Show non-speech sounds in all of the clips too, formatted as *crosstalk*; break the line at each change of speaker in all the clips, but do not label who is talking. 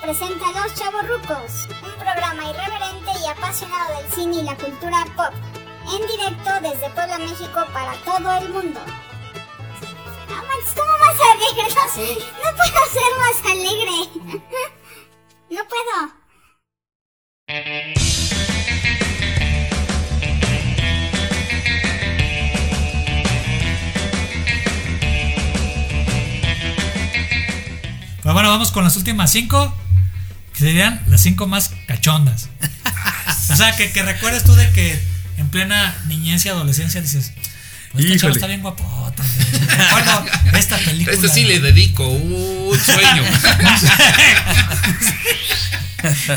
presenta Los Chavos Rucos, un programa irreverente y apasionado del cine y la cultura pop, en directo desde Puebla, México para todo el mundo. No manches, ¿cómo más alegre? No,
Sí.
no puedo ser más alegre. *laughs* No puedo.
Pues bueno, vamos con las últimas cinco, que serían las cinco más cachondas. o sea, que, que recuerdes tú de que en plena niñez y adolescencia dices, pues este chavo
Híjole.
está bien guapota. güey. Bueno, esta película.
Este sí le dedico un sueño.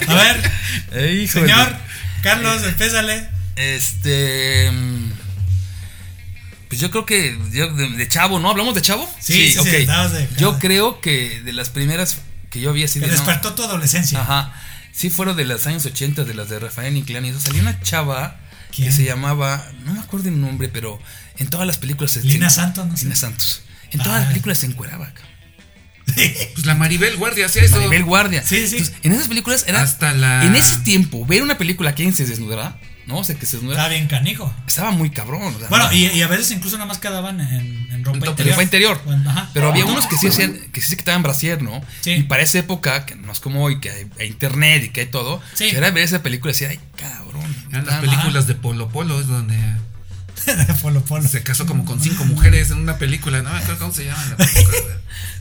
A ver,
Eh, híjole.
señor Carlos, empézale.
Este. mm, Pues yo creo que. yo de, de chavo, ¿no? ¿Hablamos de chavo?
Sí, sí, sí,
ok.
estabas de-
yo creo que de las primeras que yo vi así
Que
de. no, Ah,
despertó tu adolescencia.
Ajá. Sí, fueron de los años 80, de las de Rafael Inclán. Y eso salió una chava
¿Quién?
que se llamaba. No me acuerdo el nombre, pero en todas las películas. se-
Lina Santos, no sé.
Lina Santos. En todas
Ah.
las películas se encueraba. cabrón.
Pues la Maribel Guardia hacía eso.
Maribel Guardia.
Sí, sí.
Entonces, en esas películas era.
Hasta la-
En ese tiempo, ver una película que alguien se desnudará, ¿no? O sea, que se desnudara.
Está bien canijo.
Estaba muy cabrón. o sea,
Bueno,
no-
y, y a veces incluso nada más quedaban en, en ropa
En
interior.
Ah. ropa interior.
O en- ajá.
Pero había unos que sí hacían, que sí se quitaban brasier, ¿no?
Sí.
Y para esa época, que no es como hoy, que hay, hay internet y que hay todo,
Sí.
era ver esa película y decir, ay, cabrón.
Eran las
está-
películas de Polo Polo, es donde
*laughs* Polo, polo.
se casó como con cinco mujeres en una película. No me acuerdo cómo se llama la película.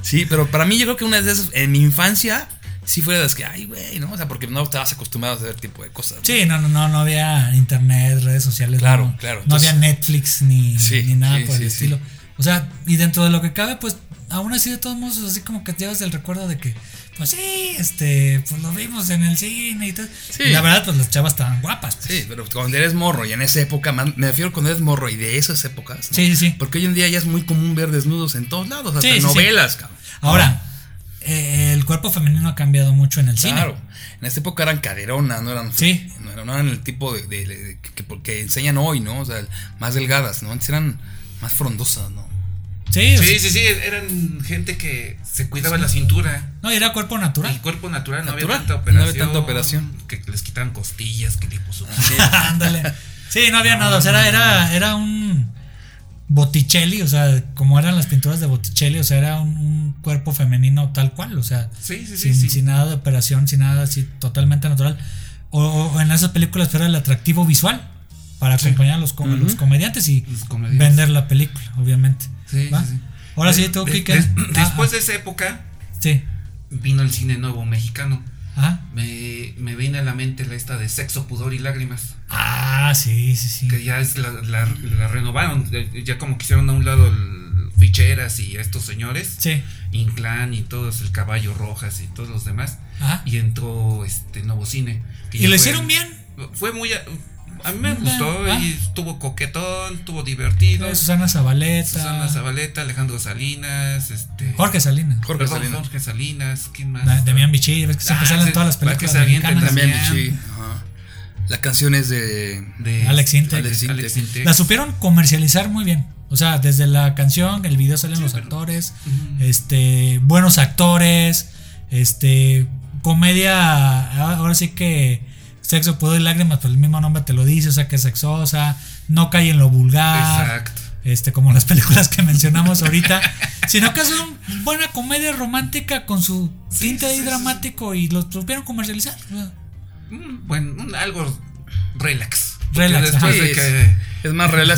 Sí, pero para mí yo creo que una de esas, en mi infancia, sí fue de las que, ay, güey, ¿no? O sea, porque no estabas acostumbrado a ese tipo de cosas. ¿no?
Sí, no, no, no, no había internet, redes sociales.
Claro,
no,
claro,
No
entonces-
había Netflix ni,
Sí,
ni nada
sí,
por el
sí, sí.
estilo. O sea, y dentro de lo que cabe, pues, aún así de todos modos, así como que te llevas el recuerdo de que, pues sí, este, pues lo vimos en el cine y todo.
Sí.
Y la verdad, pues las chavas estaban guapas. pues.
Sí, pero cuando eres morro y en esa época, man- me refiero cuando eres morro y de esas épocas. ¿no?
Sí, sí, sí.
Porque hoy en día ya es muy común ver desnudos en todos lados, hasta
Sí, sí,
en
sí.
novelas, cabrón.
Ahora, eh, el cuerpo femenino ha cambiado mucho en el cine.
Claro. En esta época eran caderonas, no eran.
Sí.
No eran, no eran el tipo de, de- de- que, que- que enseñan hoy, ¿no? O sea, más delgadas, ¿no? Antes eran más frondosas, ¿no?
Sí, o
Sí,
sea,
sí, sí, eran gente que se cuidaba la cintura.
No, era cuerpo natural.
El cuerpo natural no
Natural,
había tanta
no
operación.
había tanta operación.
Que les quitaban costillas, que liposucción.
*laughs* Ándale. Sí, no había nada. O sea, era, era, era un Botticelli, o sea, como eran las pinturas de Botticelli, o sea, era un, un cuerpo femenino tal cual, o sea,
*laughs* Sí, sí, sí,
sin,
sí.
sin nada de operación, sin nada así, totalmente natural. O, o en esas películas era el atractivo visual para acompañar a los, com- los comediantes y
Los comediantes.
vender la película, obviamente.
Sí,
¿Va?
sí, sí.
Ahora sí,
De-
tú,
de-
Kike.
des-
Ah,
después
ah,
de esa época
Sí. Ah.
vino el cine nuevo mexicano.
Ajá.
Me, me viene a la mente la esta de Sexo, Pudor y Lágrimas.
Ah, sí, sí, sí.
Que ya es la, la- la renovaron. ya- Ya como que hicieron a un lado el ficheras y a estos señores.
Sí.
Inclán y todos, el caballo Rojas y todos los demás.
Ajá.
Y entró este nuevo cine. que
Ah. Y lo
ya fue-
hicieron bien.
Fue muy. A, a mí me
Bueno,
gustó
ah.
y estuvo coquetón, estuvo divertido.
Eh, Susana Zabaleta.
Susana Zabaleta, Alejandro Salinas, este.
Jorge Salinas.
Jorge
perdón,
Salinas.
Jorge Salinas, ¿quién más?
Da- Damián Bichir, ves que siempre
Ah,
salen
sí,
todas las
para que
películas
se avienten
mexicanas.
También,
Damián.
sí. ajá. La canción es de.
De
Alex
este,
Intec.
Alex
Alex
Intec.
Intec.
La supieron comercializar muy bien. O sea, desde la canción, el video salen los actores, este, buenos actores, este, comedia, ah, ahora sí que sexo, poder y lágrimas, pues el mismo nombre te lo dice, o sea que es sexosa, no cae en lo vulgar.
Exacto.
Este, como las *laughs* películas que mencionamos ahorita, sino que es una buena comedia romántica con su tinte ahí
sí, sí,
dramático y lo supieron comercializar.
Mm, Bueno, un- algo relax.
Relax,
Que después
ajá.
de
Sí,
que.
Es más real,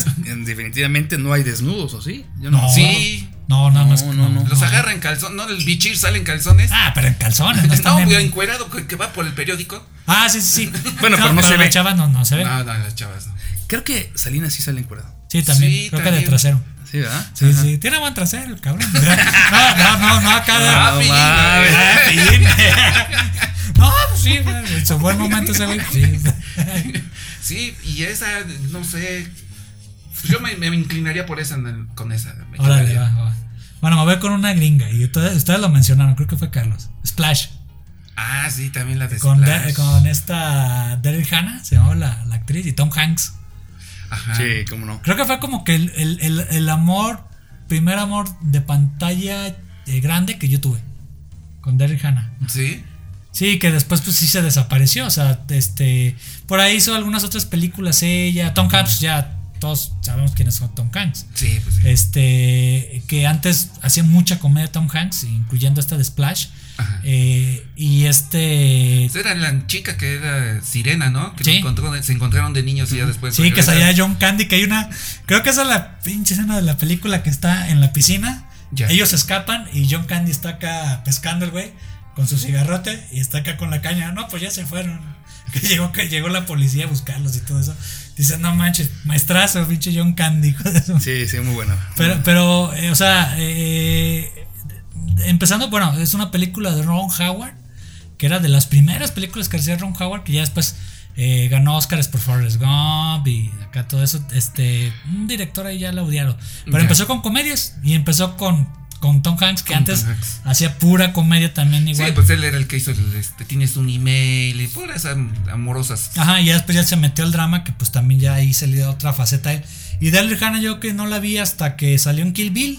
definitivamente no hay desnudos, ¿o sí? Yo
No.
Sí.
No, nada
No,
más.
no, no.
Los agarra en calzón, no, el bichir sale en calzones.
Ah, pero en calzones, no
*laughs* no,
están
güey,
en-
encuerado que, que va por el periódico.
Ah, sí, sí, sí.
Bueno, pero no
la
se ve.
chava no, no se ve.
No, no, las chavas no.
Creo que Salinas sí sale encuerado.
sí, también.
sí,
Creo que de
también.
trasero.
Sí, ¿verdad?
Sí, sí. Tiene buen trasero, el cabrón. *laughs* No, no, no, no, acá de-
Ah,
No
sí,
mames.
Ah, Pillín. *laughs* No, pues sí, en su buen momento ese güey. Sí.
Sí, y esa, no sé. pues Yo me, me inclinaría por esa en el- con esa. me
Órale,
quedaría.
va, va. Bueno, me voy con una gringa. Y ustedes, ustedes lo mencionaron, creo que fue Carlos. Splash.
Ah, sí, también la de
Con, Da-
Splash.
con esta Daryl Hannah, se llamaba la, la actriz, y Tom Hanks.
Ajá.
Sí, cómo no.
Creo que fue como que el, el- el- el amor, primer amor de pantalla eh, grande que yo tuve con Derrick Hannah.
Sí.
Sí, que después pues sí se desapareció. O sea, este. Por ahí hizo algunas otras películas ella. Tom Hanks, ya todos sabemos quién es Tom Hanks.
Sí, pues sí.
Este. Que antes hacía mucha comedia Tom Hanks, incluyendo esta de Splash.
Ajá.
Eh, y este.
Esa Era la chica que era sirena, ¿no? Que
Sí.
lo encontró- se encontraron de niños y ya después.
Sí, que
regresan.
salía John Candy, que hay una. Creo que esa es la pinche escena de la película que está en la piscina.
Ya.
Ellos escapan y John Candy está acá pescando el güey con su cigarrote y está acá con la caña. No, pues ya se fueron. *laughs* Que llegó, que llegó la policía a buscarlos y todo eso. Dice, no manches, maestrazo, pinche John Candy. hijo de su-
Sí, sí, muy bueno.
Pero, pero eh, o sea, eh, empezando, bueno, es una película de Ron Howard, que era de las primeras películas que hacía Ron Howard, que ya después eh, ganó Oscars por Forrest Gump y acá todo eso. Este, un director ahí ya la odiaron. Pero
Ya.
empezó con comedias y empezó con, con Tom Hanks, que
Con
antes
Tom Hanks.
hacía pura comedia también
Sí,
igual.
pues él era el que hizo el, este, tienes un email y por esas amorosas.
Ajá, y ya después ya se metió el drama, que pues también ya ahí salió otra faceta. él. Y Daryl Hannah yo que no la vi hasta que salió en Kill Bill,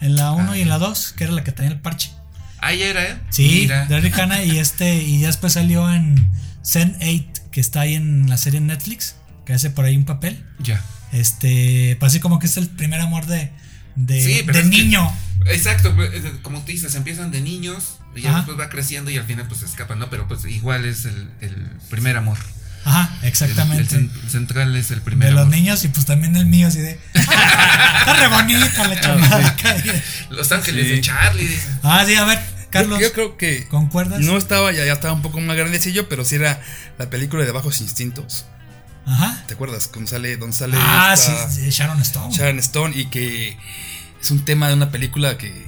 en la 1
Ah,
y en la 2, que era la que tenía el parche.
Ahí era, ¿eh?
Sí,
Mira.
Daryl Hannah y este, y ya después salió en Zen 8, que está ahí en la serie en Netflix, que hace por ahí un papel.
Ya.
Este, pues así como que es el primer amor de, de,
Sí, pero
de
es que-
niño.
Exacto, pues, es- como tú dices, empiezan de niños y ya
Ajá.
después va creciendo y al final pues se escapan, ¿no? Pero pues igual es el, el primer amor.
Ajá,
El-
exactamente.
El, cen- central es el primer
de los
amor.
niños y pues también el mío, así de. "Ah, Está re
*laughs*
bonita
Ah,
la chamaca.
Los ángeles
Sí.
de Charlie. dice.
*laughs* Ah, sí, a ver, Carlos.
Yo, yo creo que.
¿Concuerdas?
No estaba, ya, ya estaba un poco más grandecillo, pero sí era la película de Bajos Instintos.
Ajá.
¿Te acuerdas? Con sale, don sale.
Ah, sí,
esta
sí, Sharon Stone.
Sharon Stone y que es un tema de una película que,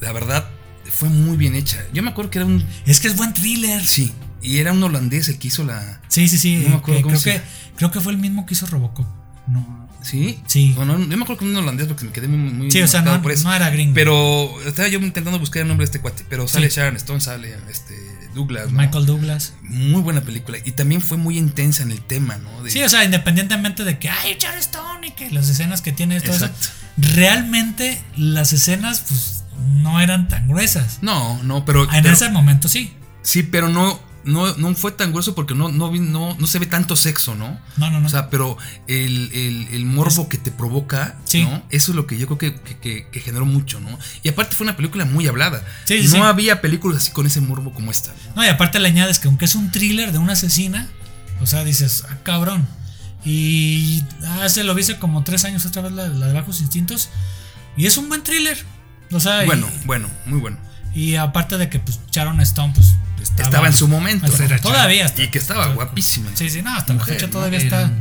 la verdad, fue muy bien hecha. Yo me acuerdo que era un.
Es que es buen thriller.
Sí, y era un holandés el que hizo la.
Sí, sí, sí.
No me acuerdo
que- creo,
cómo se
que, creo que fue el mismo que hizo Robocop. No.
¿Sí?
Sí.
Bueno, yo me acuerdo que era un holandés porque me quedé muy. muy
Sí, o sea,
marcado
no,
por eso.
no era gringo.
Pero estaba yo intentando buscar el nombre de este cuate. Pero sale
Sí.
Sharon Stone, sale este Douglas. ¿no?
Michael Douglas.
Muy buena película. Y también fue muy intensa en el tema, ¿no? De-
Sí, o sea, independientemente de que ay Sharon Stone y que las escenas que tiene todo eso,
Exacto.
realmente las escenas pues no eran tan gruesas.
No, no, pero.
Ah, En
pero-
ese momento sí.
Sí, pero no, no, no fue tan grueso porque no, no, vi- no, no se ve tanto sexo, ¿no?
No, no, no.
O sea, pero el, el- el morbo que te provoca,
Sí.
¿no? Eso es lo que yo creo que, que- que- que generó mucho, ¿no? Y aparte fue una película muy hablada.
Sí, sí,
no
sí.
había películas así con ese morbo como esta. ¿no?
No, y aparte le añades que aunque es un thriller de una asesina, o sea, dices, ah, cabrón. Y hace lo vi hace como tres años otra vez la, la de Bajos Instintos. Y es un buen thriller. O sea, y-
Bueno, bueno, muy bueno.
y, aparte de que pues Sharon Stone, pues estaba,
Estaba en su momento.
en su-
Era
todavía está.
Y que estaba guapísima.
Sí, sí, no, hasta
Mujer,
la fecha
¿no?
todavía
Era-
está.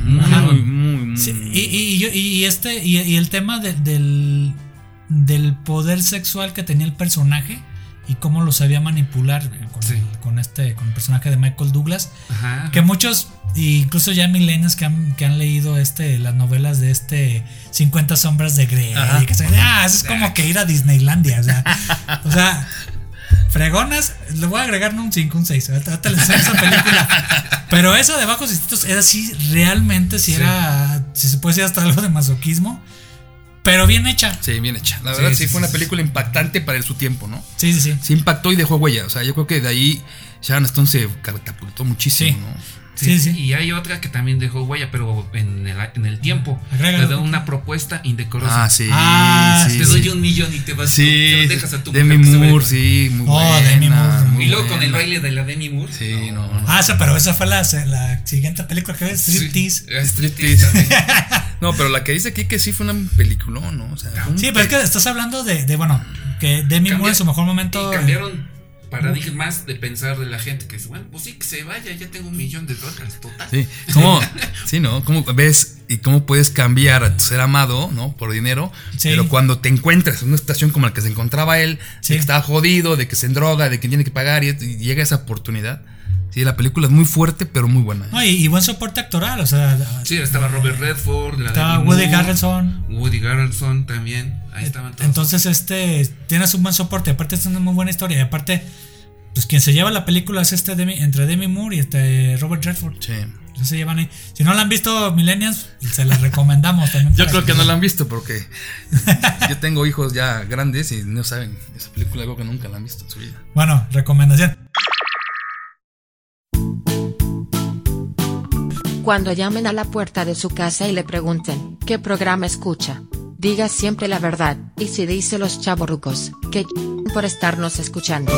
Muy,
Ajá.
muy, muy.
Sí, y,
Mm.
y- y yo- y este, y, y el tema de- del, del poder sexual que tenía el personaje y cómo lo sabía manipular eh, con,
Sí.
el- con este, con el personaje de Michael Douglas.
Ajá.
Que muchos, incluso ya milenios que han, que han leído este, las novelas de este 50 sombras de Grey,
Ajá.
y que se- ah, eso es como que ir a Disneylandia, o sea, o sea, fregonas, le voy a agregar no un 5, un 6, ahorita ahorita les enseño esa película, pero eso de Bajos Instintos era así, realmente, si
Sí.
era, si se puede decir hasta algo de masoquismo, pero bien hecha,
Sí, bien hecha. La
Sí,
verdad sí,
sí, sí,
fue una
sí.
película impactante para su tiempo, ¿no?
sí, sí, sí.
Sí impactó y dejó huella. O sea, yo creo que de ahí Sharon Stone se catapultó muchísimo,
Sí.
¿no?
Sí, sí.
Y hay otra que también dejó huella, pero en el, en el tiempo.
Agrégalo.
Te da una propuesta indecorosa.
Ah, sí.
Ah,
sí,
te
sí.
doy un millón y te vas
Sí,
te lo
sí,
dejas a tu
Demi
mujer que se
Moore,
vaya.
sí, muy
Oh,
buena.
Demi Moore,
muy
Y luego con el
buena.
baile de la Demi Moore.
Sí, no, no.
Ah, esa, pero esa fue la, la siguiente película que es Striptease.
Sí, striptease también.
No, pero la que dice aquí que sí fue una película, ¿no? O sea, fue un
Sí, pero es que estás hablando de, de, bueno, que Demi Moore en su mejor
*laughs*
momento.
Y cambiaron paradigmas de pensar de la gente que es, bueno, pues sí, que se vaya, ya tengo un millón de dólares total.
Sí, *laughs* ¿cómo? Sí, ¿no? ¿Cómo ves y cómo puedes cambiar a tu ser amado, ¿no? Por dinero.
Sí.
Pero cuando te encuentras en una situación como la que se encontraba él,
Sí.
de que estaba jodido, de que se endroga, de que tiene que pagar y, y llega esa oportunidad. Sí, la película es muy fuerte, pero muy buena. ¿eh?
No, y, y buen soporte actoral, o sea,
Sí, estaba Robert Redford, la
estaba
Demi
Woody
Moore,
Harrelson.
Woody Garrelson también. Ahí estaban todos.
eh, Entonces, este, tienes un buen soporte, aparte es una muy buena historia, y aparte, pues quien se lleva la película es este Demi- entre Demi Moore y este Robert Redford.
Sí.
Entonces, se llevan ahí. Si no la han visto Millennials, se la recomendamos también.
*laughs* Yo
para
creo que no la han visto porque *laughs* yo tengo hijos ya grandes y no saben. Esa película creo que nunca la han visto en su vida.
Bueno, recomendación.
Cuando llamen a la puerta de su casa y le pregunten, ¿qué programa escucha? Diga siempre la verdad, y si dice los chavorrucos, que ch- por estarnos escuchando.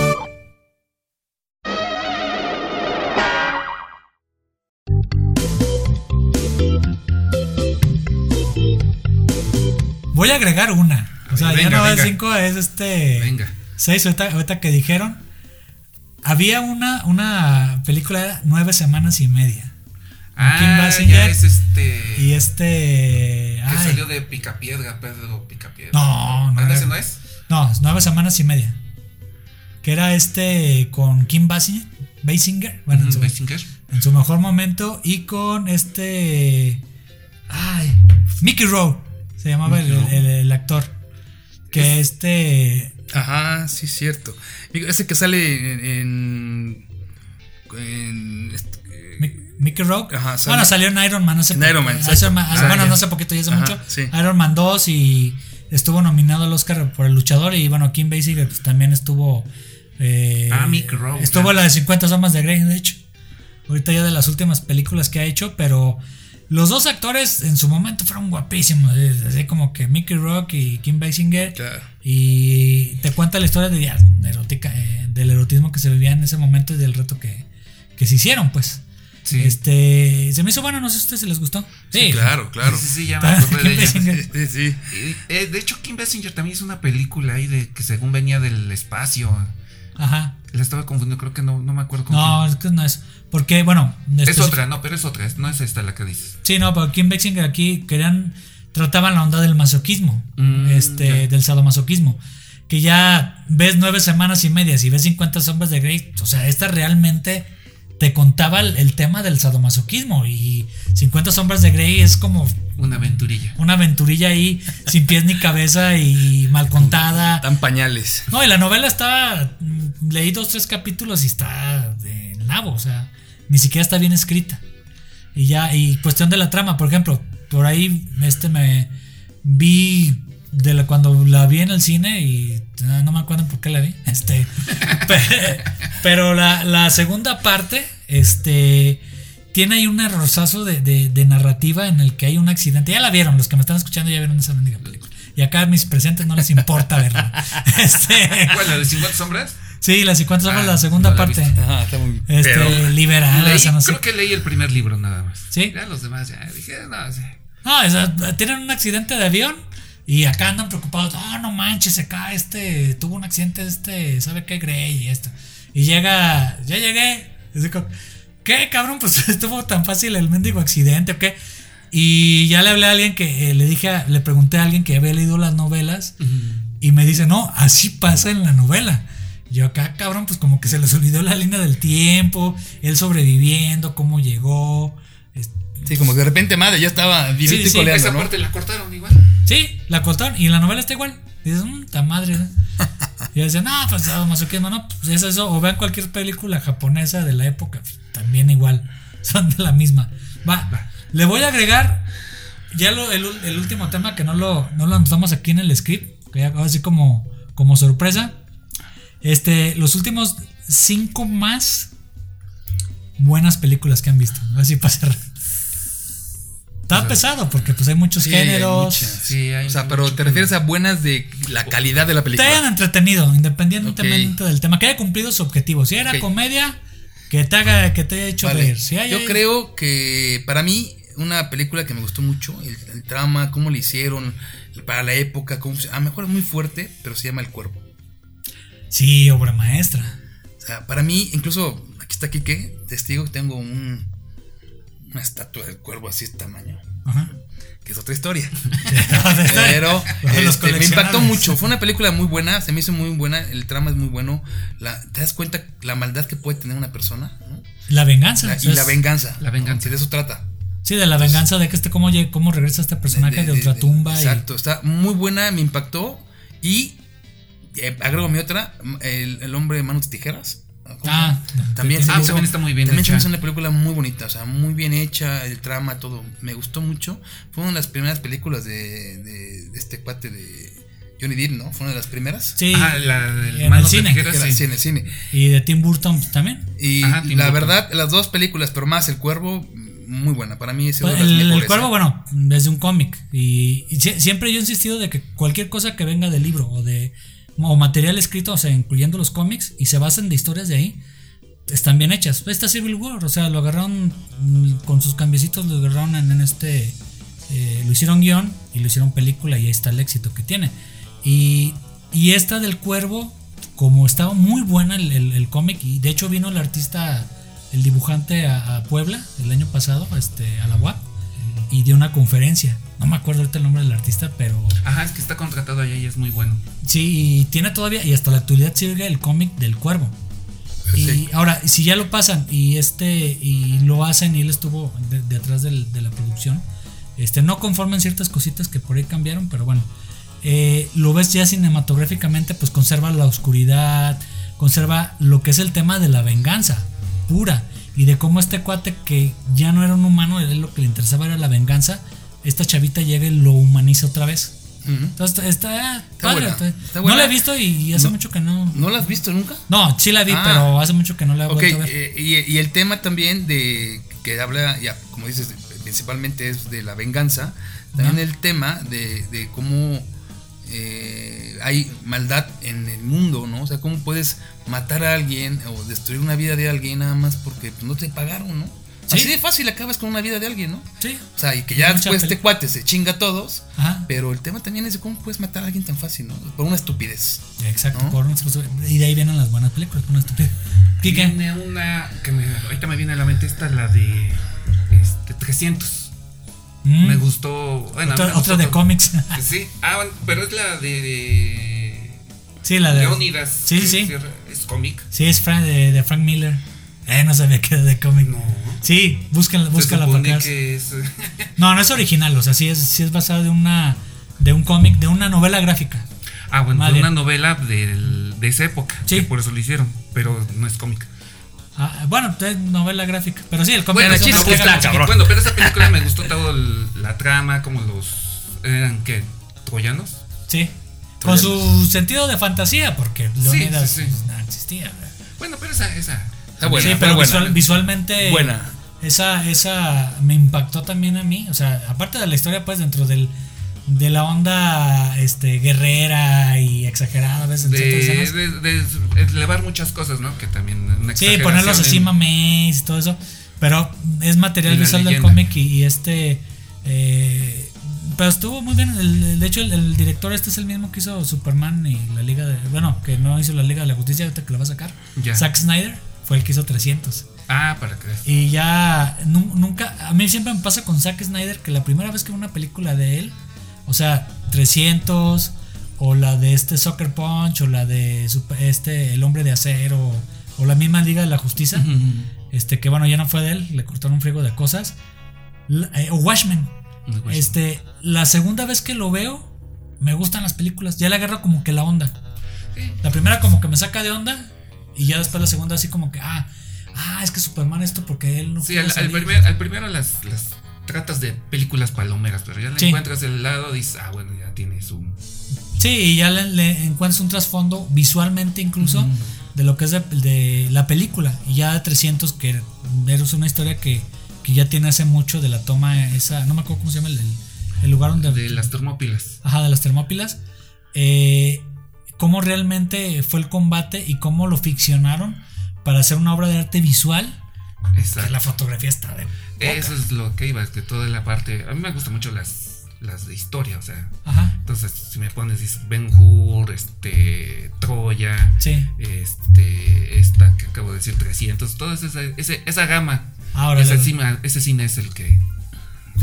Voy a agregar una. O sea,
Venga,
ya no
venga.
es 5, es este.
Venga.
6, ahorita, ahorita que dijeron. Había una, una película, era nueve semanas y media.
Ah,
Kim
ya
Basinger
es este.
Y este.
que
ay,
salió de Picapiedra, Pedro Picapiedra.
No, no
Ah,
era-
¿Ese no es?
No, nueve semanas y media. Que era este con Kim Basi- Basinger. Bueno, en
Mm,
su-
Basinger.
en su mejor momento y con este ay Mickey Rowe se llamaba el,
Mickey Rowe.
el- el actor que este
Ajá, sí, cierto. Digo, Ese que sale en. en, en este, eh,
Mi- Mickey Rowe
Ajá, salió-
bueno salió en Iron Man hace
En
poco-
Iron Man,
hace
exacto.
ma-
Ah,
bueno
ya.
no hace poquito ya hace
Ajá,
mucho
sí.
Iron Man 2 y estuvo nominado al Oscar por el luchador y bueno Kim Basinger pues, también estuvo eh,
Ah, Mickey Rowe,
estuvo
claro.
la de 50 sombras de Grey de hecho ahorita ya de las últimas películas que ha hecho, pero los dos actores en su momento fueron guapísimos, es así como que Mickey Rock y Kim Basinger.
Claro.
Y te cuenta la historia de, ya, erótica, eh, del erotismo que se vivía en ese momento y del reto que, que se hicieron, pues.
Sí.
Este, se me hizo bueno, no sé si a ustedes se les gustó.
sí, claro, claro.
Sí, sí, sí, ya me acordé de
Kim
ella. *laughs*
Basinger.
Sí, sí.
Eh, eh, de hecho, Kim Basinger también hizo una película ahí de que según venía del espacio.
Ajá.
La estaba confundiendo, creo que no, no me acuerdo con
No, este
quién.
es que no es. Porque, bueno,
Es
específic-
otra, no, pero es otra, es- no es esta la que dices.
Sí, no, pero Kim Basinger aquí querían trataban la onda del masoquismo,
Mm,
este,
ya.
del sadomasoquismo, que ya ves nueve semanas y media, si ves 50 sombras de Grey, o sea, esta realmente te contaba el, el tema del sadomasoquismo y 50 sombras de Grey es como
Una aventurilla.
una aventurilla ahí sin pies ni cabeza y mal contada.
Tan pañales.
No, y la novela está. mm, Leí dos, tres capítulos y está de nabo, o sea, ni siquiera está bien escrita. Y ya, y cuestión de la trama, por ejemplo, por ahí este me vi de la, cuando la vi en el cine y ah, no me acuerdo por qué la vi. *laughs* Este, pe- pero la, la segunda parte, este. Tiene ahí un errorzazo de, de- de narrativa en el que hay un accidente. Ya la vieron, los que me están escuchando ya vieron esa mendiga película. Y acá a mis presentes no les importa
*laughs*
verla. *laughs* Este,
¿Cuál? ¿La de 50 sombras?
sí, las 50 somos
Ah,
la segunda
no la he
parte.
visto.
Ajá, está muy.
Este,
pero-
liberada,
Leí-
o sea, no sé.
creo que leí el primer libro nada más.
¿Sí?
Ya los demás, ya dije, no, sí.
No, o sea, tienen un accidente de avión y acá andan preocupados. Ah, no manches, se cae este. Tuvo un accidente este, ¿sabe qué? Grey y esto. Y llega, ya llegué. Y digo, ¿qué cabrón? Pues *laughs* estuvo tan fácil el mendigo accidente o qué. Y ya le hablé a alguien que eh, le dije, a- le pregunté a alguien que había leído las novelas y me dice, no, así pasa en la novela. Yo acá, cabrón, pues como que se les olvidó la línea del tiempo, él sobreviviendo, cómo llegó. este,
Sí, como que de repente, madre, ya estaba directo
Sí, sí,
y coleando,
Esa
¿no?
parte la cortaron igual.
Sí, la cortaron y en la novela está igual. Dices, mmm, ta madre.
*laughs*
¿no?". Y dicen, no, pues sadomasoquismo, no, pues es eso. O vean cualquier película japonesa de la época, pues, también igual. *laughs* Son de la misma. Va, le voy a agregar ya lo- el, ul- el último tema que no lo, no lo anotamos aquí en el script, que ya acabo así como, como sorpresa. Este, los últimos cinco más buenas películas que han visto. Así para cerrar. Está pesado porque pues hay muchos
Sí, hay
géneros.
muchas.
Sí, hay
O sea, pero te refieres a buenas de la calidad de la
te hayan
película.
entretenido, independientemente
Ok.
del tema, que haya cumplido su objetivo. Si era
Ok.
comedia, que te haga, que te haya hecho
Vale.
reír. Si hay-
Yo creo que para mí, una película que me gustó mucho, el, el trama, cómo le hicieron, para la época, cómo se- a lo mejor es muy fuerte, pero se llama El Cuervo.
Sí, obra maestra. *laughs*
O sea, para mí, incluso aquí está Kike, testigo, tengo un, una estatua del cuervo así de tamaño,
Ajá.
que es otra historia.
Pero
*laughs*
Pero este, me impactó mucho. Fue una película muy buena, se me hizo muy buena, el trama es muy bueno. La, te das cuenta la maldad que puede tener una persona ¿no?
La venganza.
La-
o sea,
y la
es-
venganza.
la venganza.
¿no? De eso trata.
Sí, de la venganza de que este cómo, lleg- cómo regresa este personaje de, Ultratumba. y-
Exacto, está muy buena, me impactó. Y eh, agrego mi otra, el, el hombre de manos de tijeras. ¿no?
Ah,
también,
te-
se
Ah,
me
también está muy bien
También se me
hecha.
hizo una película muy bonita, o sea, muy bien hecha, el trama, todo. Me gustó mucho. Fue una de las primeras películas de, de- de este cuate de Johnny Depp, ¿no? Fue una de las primeras.
Sí,
Ah, la del
en el
Manos de
cine.
Tijeras.
Que era
sí.
cine, cine.
Y de Tim Burton pues, también.
Y
Ajá, Tim
la
Burton.
verdad, las dos películas, pero más El Cuervo, mm, muy buena. Para mí es una de
Pues,
las
el, el
mejores. ¿eh?
cuervo, bueno, desde un cómic. Y, y sie- siempre yo he insistido de que cualquier cosa que venga del libro o de o material escrito, o sea, incluyendo los cómics, y se basen de historias de ahí, están bien hechas. Esta Civil War, o sea, lo agarraron mm, con sus cambiecitos, lo agarraron en, en este. eh, lo hicieron guión y lo hicieron película, y ahí está el éxito que tiene. Y, y esta del cuervo, como estaba muy buena el, el- el cómic, y de hecho vino el artista, el dibujante a, a Puebla el año pasado, este, a la UAP, y dio una conferencia. No me acuerdo ahorita el nombre del artista, pero.
Ajá, es que está contratado allá y es muy bueno.
Sí, y tiene todavía, y hasta la actualidad sigue el cómic del cuervo.
Sí.
Y ahora, si ya lo pasan y este y lo hacen y él estuvo de- detrás del- de la producción, este no conforman ciertas cositas que por ahí cambiaron, pero bueno, eh, lo ves ya cinematográficamente, pues conserva la oscuridad, conserva lo que es el tema de la venganza pura y de cómo este cuate que ya no era un humano, él lo que le interesaba era la venganza, esta chavita llega y lo humaniza otra vez.
¿eh? Ujú.
Entonces está, está padre,
buena,
está-
está
No
buena.
la he visto y, y hace
No.
mucho que no.
¿No la has visto nunca?
No, sí la vi,
Ah.
pero hace mucho que no la he
Ok,
vuelto a ver.
eh, y, y el tema también de que habla, ya, como dices, de- principalmente es de la venganza, también
Ajá.
el tema de, de cómo eh, hay maldad en el mundo, ¿no? O sea, cómo puedes matar a alguien o destruir una vida de alguien nada más porque pues, no te pagaron, ¿no?
Sí.
Así de fácil acabas con una vida de alguien, ¿no?
Sí.
O sea, y que ya
Mucha
después este
película.
cuate se chinga a todos,
Ajá.
pero el tema también es de cómo puedes matar a alguien tan fácil, ¿no? Por una estupidez.
*laughs* Exacto.
¿No?
por un- y de ahí vienen las buenas películas, con estupidez. Quique.
Tiene una que me, ahorita me viene a la mente esta, la de este, 300.
Mm.
Me gustó. Bueno,
Otra,
me gustó
otra de
todo.
cómics. *laughs*
Sí, ah, bueno, pero es la de, de
sí, la de.
Leónidas.
Sí,
que
sí.
cierra- Es cómic.
Sí, es Fra- de, de Frank Miller. Eh, no sabía que era de cómic.
No.
Sí, búscala, búscala
Se
para
supone
acá.
que es. *laughs*
No, no es original, o sea, sí es, sí es basado de una. De un cómic, de una novela gráfica.
Ah, bueno,
Más
fue
bien.
una novela del- de esa época.
Sí.
que por eso lo hicieron, pero no es cómic.
Ah, bueno, es novela gráfica. Pero sí, el cómic
Bueno,
es
el
una
chiste es que
novela
está
gráfica.
cabrón.
Bueno, pero esa película me gustó todo el- la trama, como los. ¿Eran qué? ¿Troyanos?
Sí. Con su sentido de fantasía, porque Leonidas
sí, sí.
no existía. ¿verdad?
Bueno, pero esa. esa.
Está buena,
sí,
está
pero
buena.
visual- visualmente.
Buena.
Esa, esa me impactó también a mí. O sea, aparte de la historia, pues dentro del. De la onda este, guerrera y exagerada a veces. en
De,
ciertas escenas.
de- de elevar muchas cosas, ¿no? Que también. una
Sí,
exageración
ponerlos así
en-
mames y todo eso. Pero es material
Y la
visual del
leyenda.
cómic y, y este. eh, pero estuvo muy bien. El- el- de hecho, el, el director este es el mismo que hizo Superman y la Liga de. Bueno, que no hizo la Liga de la Justicia, ahorita que la va a sacar.
Ya.
Zack Snyder fue el que hizo 300.
Ah, para que.
Y ya nu- nunca. A mí siempre me pasa con Zack Snyder que la primera vez que veo una película de él, o sea, 300, o la de este Soccer Punch, o la de Sup- este El Hombre de Acero, o, la misma Liga de la Justicia, este que bueno, ya no fue de él, le cortaron un friego de cosas. la- eh, o Watchmen. Este, la segunda vez que lo veo, me gustan las películas. Ya le agarro como que la onda.
Sí.
La primera como que me saca de onda y ya después la segunda así como que, ah, ah, es que Superman esto porque él no
Sí,
quiere
al, al
salir.
primer- al primero las, las tratas de películas palomeras, pero ya le
Sí.
encuentras el lado, dices, ah, bueno, ya tiene su.
Sí, y ya le, le encuentras un trasfondo visualmente incluso de lo que es de, de la película. Y ya de 300, que es una historia que, que ya tiene hace mucho de la toma esa, no me acuerdo cómo se llama el, el- el lugar donde...
de las termópilas.
Ajá, de las Termópilas. eh, cómo realmente fue el combate y cómo lo ficcionaron para hacer una obra de arte visual. que
Exacto.
La fotografía está de...
Eso es lo que iba, es que toda la parte. A mí me gustan mucho las, las de historia, o sea.
Ajá.
Entonces, si me pones, dices, Ben Hur, este, Troya,
Sí.
este, esta que acabo de decir, 300, toda esa, ese- esa gama.
Ahora
esa
le-
cima- ese cine es el que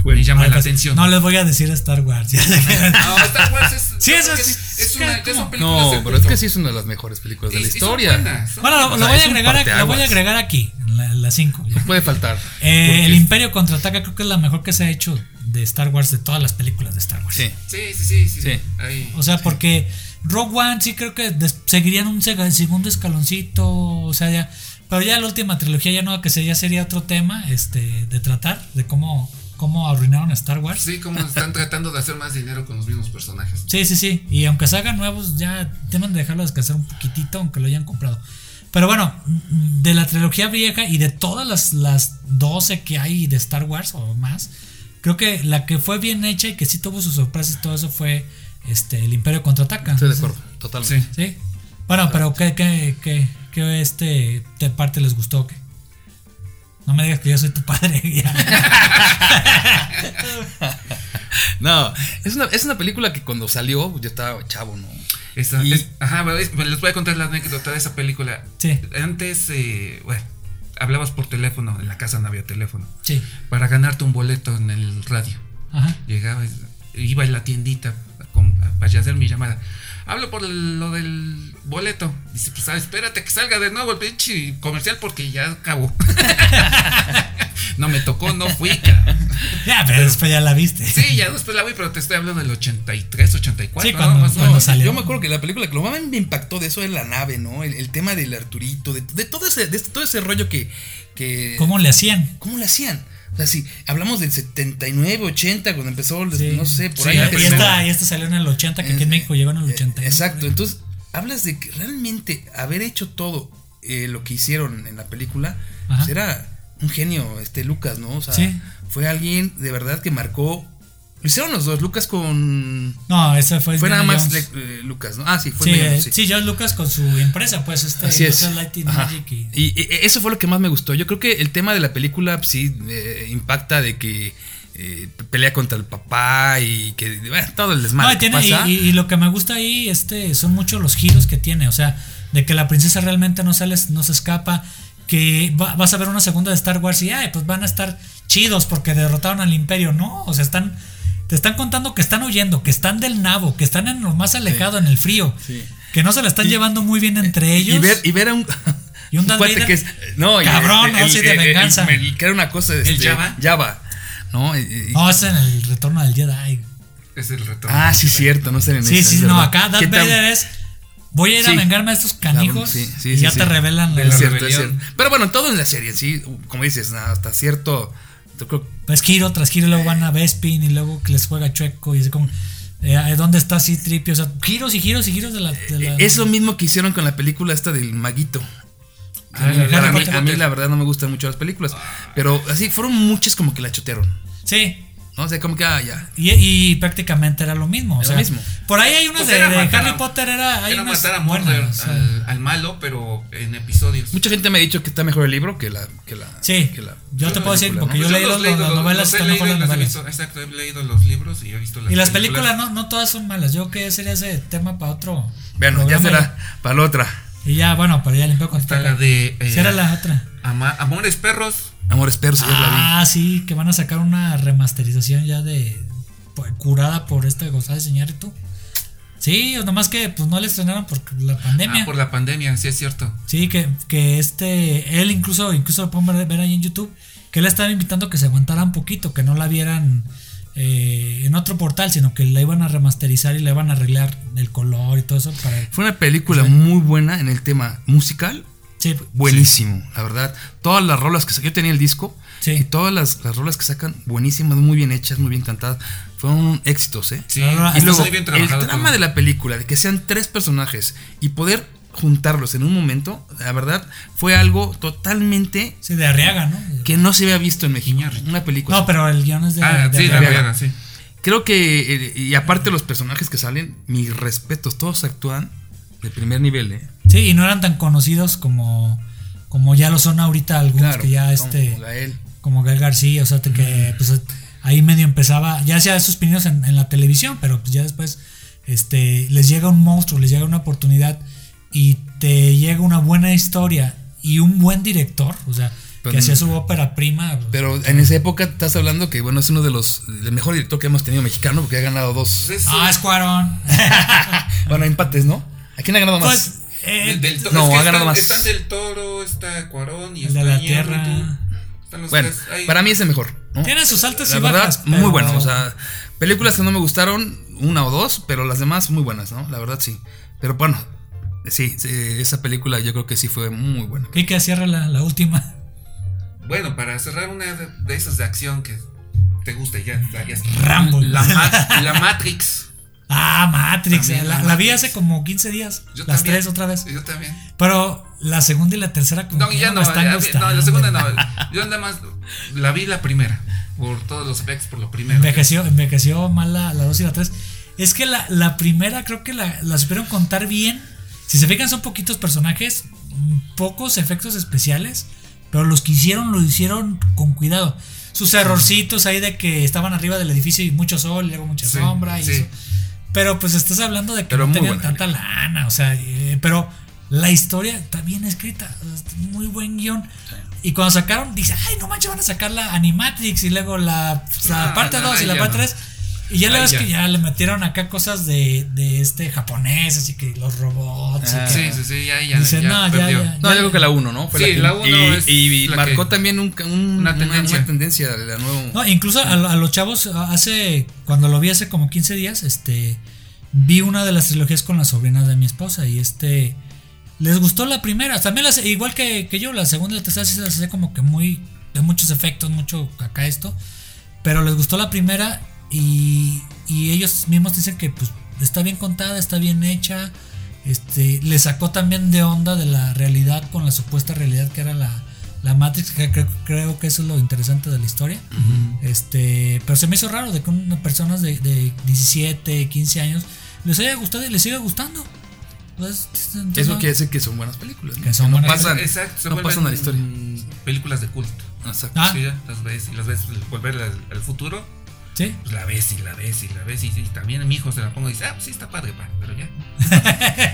me llama
Ay,
la
pues,
atención.
No les voy a decir Star Wars. ya.
No, Star Wars es.
Sí, eso
es,
es-
es una. ya son películas
No,
de
pero es
culto.
que sí es una de las mejores películas de
Y-
la
y son
historia.
buenas,
*laughs*
son
bueno, lo,
O
lo
sea,
voy,
es
a
un Pues,
agregar, a- lo voy a
parteaguas.
agregar aquí, en la 5.
No puede faltar. Porque-
Eh, el Imperio contraataca creo que es la mejor que se ha hecho de Star Wars, de todas las películas de Star Wars.
Sí.
Sí, sí, sí, sí.
Sí.
Ahí.
O sea, porque Rogue One sí creo que des- seguirían un sega- segundo escaloncito, o sea, ya, pero ya la última trilogía ya no, que se- ya sería otro tema este de tratar de cómo cómo arruinaron a Star Wars.
Sí, como están tratando de hacer más dinero con los mismos personajes.
Sí, sí, sí. Y aunque se hagan nuevos, ya tienen de dejarlo descansar un poquitito, aunque lo hayan comprado. Pero bueno, de la trilogía vieja y de todas las, las 12 que hay de Star Wars o más, creo que la que fue bien hecha y que sí tuvo sus sorpresas y todo eso fue este, el Imperio Contraataca.
Estoy de acuerdo, totalmente.
Sí.
¿Sí? Bueno, pero ¿qué, qué, qué, qué, este, de parte les gustó? ¿Qué? No me digas que yo soy tu padre. *laughs* ya.
No, es una, es una película que cuando salió pues, yo estaba chavo, ¿no?
Esa-
Y-
es- ajá, bueno, es- bueno, les voy a contar la anécdota de esa película.
Sí.
Antes, eh, bueno, hablabas por teléfono, en la casa no había teléfono,
sí.
para ganarte un boleto en el radio.
Ajá.
Llegaba, iba a la tiendita con- para hacer mi llamada. Hablo por el- lo del boleto. Dice, pues ah, espérate que salga de nuevo el pinche comercial porque ya acabó. *laughs* no me tocó, no fui. cabrón.
Ya, pero después ya la viste.
Sí, ya después la voy, pero te estoy hablando del 83, 84.
Sí, cuando-
¿no? Más o
cuando
menos.
salió.
Yo me acuerdo que la película que lo más me impactó de eso es la nave, ¿no? El, el tema del Arturito, de, de todo ese, de este, todo ese rollo que. que
¿Cómo le hacían?
¿Cómo le hacían? O sea, si hablamos del 79, 80, cuando empezó, el-
Sí.
no sé, por
Sí,
ahí.
y
la
esta- y,
primera.
esta, salió en el 80, que aquí en
Eh,
México llegó en el
eh,
80.
Exacto, entonces hablas de que realmente haber hecho todo eh, lo que hicieron en la película,
Ajá.
pues era un genio este Lucas, ¿no? O sea,
Sí.
fue alguien de verdad que marcó... Lo hicieron los dos, Lucas con...
No, esa fue.
Fue
Pues Indiana
nada más
Jones.
le- eh, Lucas, ¿no? Ah, sí, fue
Sí,
Indiana
eh,
Jones,
sí. George Lucas con su empresa, pues, este.
Así es.
Lucas Lighting
Ajá.
Magic y-
Y, eh, eso fue lo que más me gustó. Yo creo que el tema de la película pues, sí eh, impacta de que eh, pelea contra el papá y que bueno, todo el
No,
desmadre que
tiene-
pasa.
y, y- y lo que me gusta ahí este, son muchos los giros que tiene. O sea, de que la princesa realmente no sale, no se escapa. Que va- vas a ver una segunda de Star Wars y ay, pues van a estar chidos porque derrotaron al imperio. No, o sea, están. Te están contando que están huyendo, que están del nabo, que están en lo más alejado, en el frío.
Sí.
Que no se la están
Y-
llevando muy bien entre ellos.
Y ver, y ver a *laughs* un,
Y un Darth
cuate
Vader
que es. No, y-
cabrón, ¿no? Sí, de venganza.
El, que era una cosa. Este,
Java?
Java, ¿no? Y- y-
No, es en el retorno del Jedi.
Es el retorno.
ah, sí, cierto, no sé en
Sí,
esa,
sí,
es
no,
verdad.
acá Darth
¿Qué tan-
Vader es. Voy a ir a
Sí.
vengarme a estos canijos.
Cabrón, sí, sí,
y
sí,
ya
sí.
te revelan la-
Es cierto, es
rebelión.
cierto. Pero bueno, todo en la serie, sí, como dices, nada, hasta cierto. Yo creo
Pues giro tras giro, y luego van a Bespin y luego que les juega Chueco y así como. eh, ¿Dónde está Citripio? O sea, giros y giros y giros de la. de la-
Es lo mismo que hicieron con la película esta del maguito.
Ah,
A mí,
la de
a
Harry
mí-
Potter.
a mí la verdad no me gustan mucho las películas. Pero así, fueron muchas como que la chotearon.
Sí.
¿no? O sea, como que, ah, ya.
Y, y prácticamente era lo mismo. o
Era
sea,
lo mismo.
Por ahí hay unas
Pues
de,
era
de
matar
Harry
a-
Potter, era. Hay
era
unas
matar a Mordor
buenas, o sea,
al, al malo, pero en episodios.
Mucha gente me ha dicho que está mejor el libro que la. Que la
Sí,
que la-
yo te puedo decir
película,
porque
¿no?
yo leí
Pues los
los- las novelas,
los he
están mejor
leído
las
y las he
novelas.
visto. Exacto, he leído los libros y he visto las
Y las películas no, no todas son malas. Yo creo que sería ese tema para otro.
Bueno, ya
programa.
será para la otra.
Y ya, bueno, pero ya limpio con
Está la de. eh,
era la otra.
Ama- Amores Perros.
Amores perros, ayer la
Ah, sí, que van a sacar una remasterización ya de. por- curada por esta González Iñárritu. Sí, nomás que pues no le estrenaron por la pandemia.
Ah, por la pandemia, sí es cierto.
Sí, que, que este. Él incluso, incluso lo pueden ver, ver ahí en YouTube. Que le estaban invitando que se aguantara un poquito, que no la vieran eh, en otro portal, sino que la iban a remasterizar y la iban a arreglar el color y todo eso para.
vi. Fue una película muy buena en el tema musical.
Sí,
Buenísimo, la verdad. Todas las rolas que sa- yo tenía el disco
Sí.
y todas las, las rolas que sacan, buenísimas, muy bien hechas, muy bien cantadas. Fueron éxitos, ¿eh?
Sí,
No, no, no,
Y
Está
luego,
muy bien
el
trabajado. Ah,
drama
todo.
de la película, de que sean tres personajes y poder juntarlos en un momento, la verdad, fue algo totalmente
sí, de Arriaga, ¿no?
que no se había visto en México.
Iñárritu.
Una película.
No, pero el guión es de.
Ah,
de
sí, la
Arriaga.
verdad, sí.
Creo que, eh, y aparte los personajes que salen, mis respetos, todos actúan de primer nivel, ¿eh?
Sí, y no eran tan conocidos como, como ya lo son ahorita algunos que ya
como
este,
Gael.
como Gael García, o sea, te- que pues ahí medio empezaba, ya hacía sus pininos en, en la televisión, pero pues ya después este, les llega un monstruo, les llega una oportunidad y te llega una buena historia y un buen director, o sea,
Pero-
que hacía su ópera prima. pues,
Pero en esa época estás hablando que, bueno, es uno de los, el mejor director que hemos tenido mexicano, porque ha ganado dos.
Pues es,
ah, es
*laughs*
Cuarón.
Bueno, empates, ¿no? ¿A quién ha ganado más?
pues, eh,
del, del to-
no,
es que
ha ganado
está-
más.
Está del toro, está Cuarón y
El de
está
la
Iñárritu.
Tierra.
Están los
bueno,
tres pues, ahí.
para mí es el mejor. ¿no?
Pues, tiene sus altas
La
y
verdad,
bajas.
muy
pero-
buenas. O sea, películas que no me gustaron, una o dos, pero las demás muy buenas, ¿no? La verdad sí. Pero bueno, sí, sí, esa película yo creo que sí fue muy buena.
Y que cierra la, la última.
Bueno, para cerrar una de, de esas de acción que te gusta ya. ya está.
Rambo.
La, Ma- la Matrix.
Ah, Matrix.
También
eh, la,
la
la vi
Matrix.
hace como 15 días.
Yo
las
también.
tres otra vez.
Yo también.
Pero La segunda y la tercera como
No,
que
ya
me
no,
están
ya- no, la
gustando.
segunda no. Yo nada más la vi la primera. Por todos los specs, por lo primero.
Envejeció, envejeció mal la, la 2 y la 3. Es que la, la primera creo que la, la supieron contar bien. Si se fijan, son poquitos personajes, mm, pocos efectos especiales, pero los que hicieron lo hicieron con cuidado. Sus errorcitos ahí de que estaban arriba del edificio y mucho sol, y luego mucha
Sí,
sombra y
sí.
eso. Pero pues estás hablando de que
Pero
no
muy
tenían
buena
tanta lana, o sea, eh, pero la historia está bien escrita, es muy buen guión. Y cuando sacaron, dice, ay, no manches, van a sacar la Animatrix y luego la, la
Ah,
parte
no,
2 y
ahí
la
ya
parte
no.
3. Y ya la
Ahí
ves
ya.
que ya le metieron acá cosas de, de este japonés, así que los robots. y
Ah.
que-
Sí, sí, sí, ya, ya.
Dice,
ya
no, ya,
perdió.
ya.
No, yo creo que la 1, ¿no?
Sí, la
que-
uno
y,
es
y
la
marcó
que-
también un, un- una,
tendencia.
una tendencia de la nueva.
No, incluso a, a los chavos, a- hace, cuando lo vi hace como 15 días, este, vi una de las trilogías con las sobrinas de mi esposa y este, les gustó la primera, también las, igual que, que yo, la segunda y la tercera sí se las hacía como que muy, de muchos efectos, mucho acá esto, pero les gustó la primera y, y ellos mismos dicen que pues está bien contada, está bien hecha, este, le sacó también de onda de la realidad con la supuesta realidad que era la, la Matrix, que creo, creo que eso es lo interesante de la historia. Este, pero se me hizo raro de que unas personas de, de 17, 15 años les haya gustado y les siga gustando. Pues, entonces,
Eso
no.
quiere decir que son buenas películas. ¿no?
Que son
no
buenas
pasan,
Exacto, se
no
vuelven
pasan a la historia.
Películas de culto.
Exacto.
Ah,
Sí, ya, las ves y las ves volver al, al futuro.
sí. *laughs*
Pues la ves y la ves y la ves. Y, sí, también mi hijo se la pongo y dice, ah, pues sí, está padre, pa, pero ya.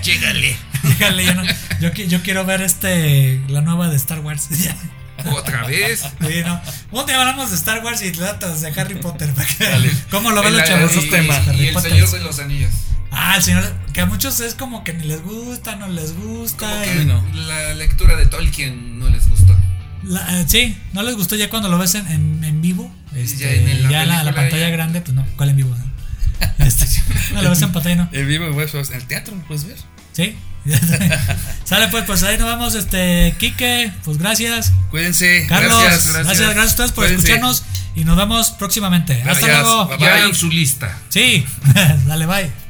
*laughs*
Llégale.
Déjale, yo, no- yo, qui- yo quiero ver este la nueva de Star Wars. *laughs* Ya.
Otra vez.
Sí, no. Un día hablamos de Star Wars y tratas de Harry Potter. *laughs* para que- ¿Cómo lo ven
El-
los chavos?
y-
Esos temas, Harry
Y el
Potter.
señor de los anillos.
Ah, el señor. Que a muchos es como que ni les gusta, no les gusta.
Como
y-
que
no.
la lectura de Tolkien no les gustó.
La- eh, sí, no les gustó ya cuando lo ves en, en- en vivo. este,
Ya en el- la
ya la, la
película,
pantalla
ya.
grande, pues no, ¿cuál en vivo?
*laughs*
No, Este, no lo ves en pantalla, no.
El Eh, vivo, güey, eso es- el teatro, lo puedes ver.
Sí. *laughs* Sale pues, pues ahí nos vamos, este, Quique, pues gracias.
Cuídense.
Carlos, gracias,
gracias,
gracias, a ustedes
Pues
por
Cuídense.
escucharnos y nos vemos próximamente. Hasta
Gracias,
luego.
bye.
Ya en su lista.
Sí, *laughs* dale, bye.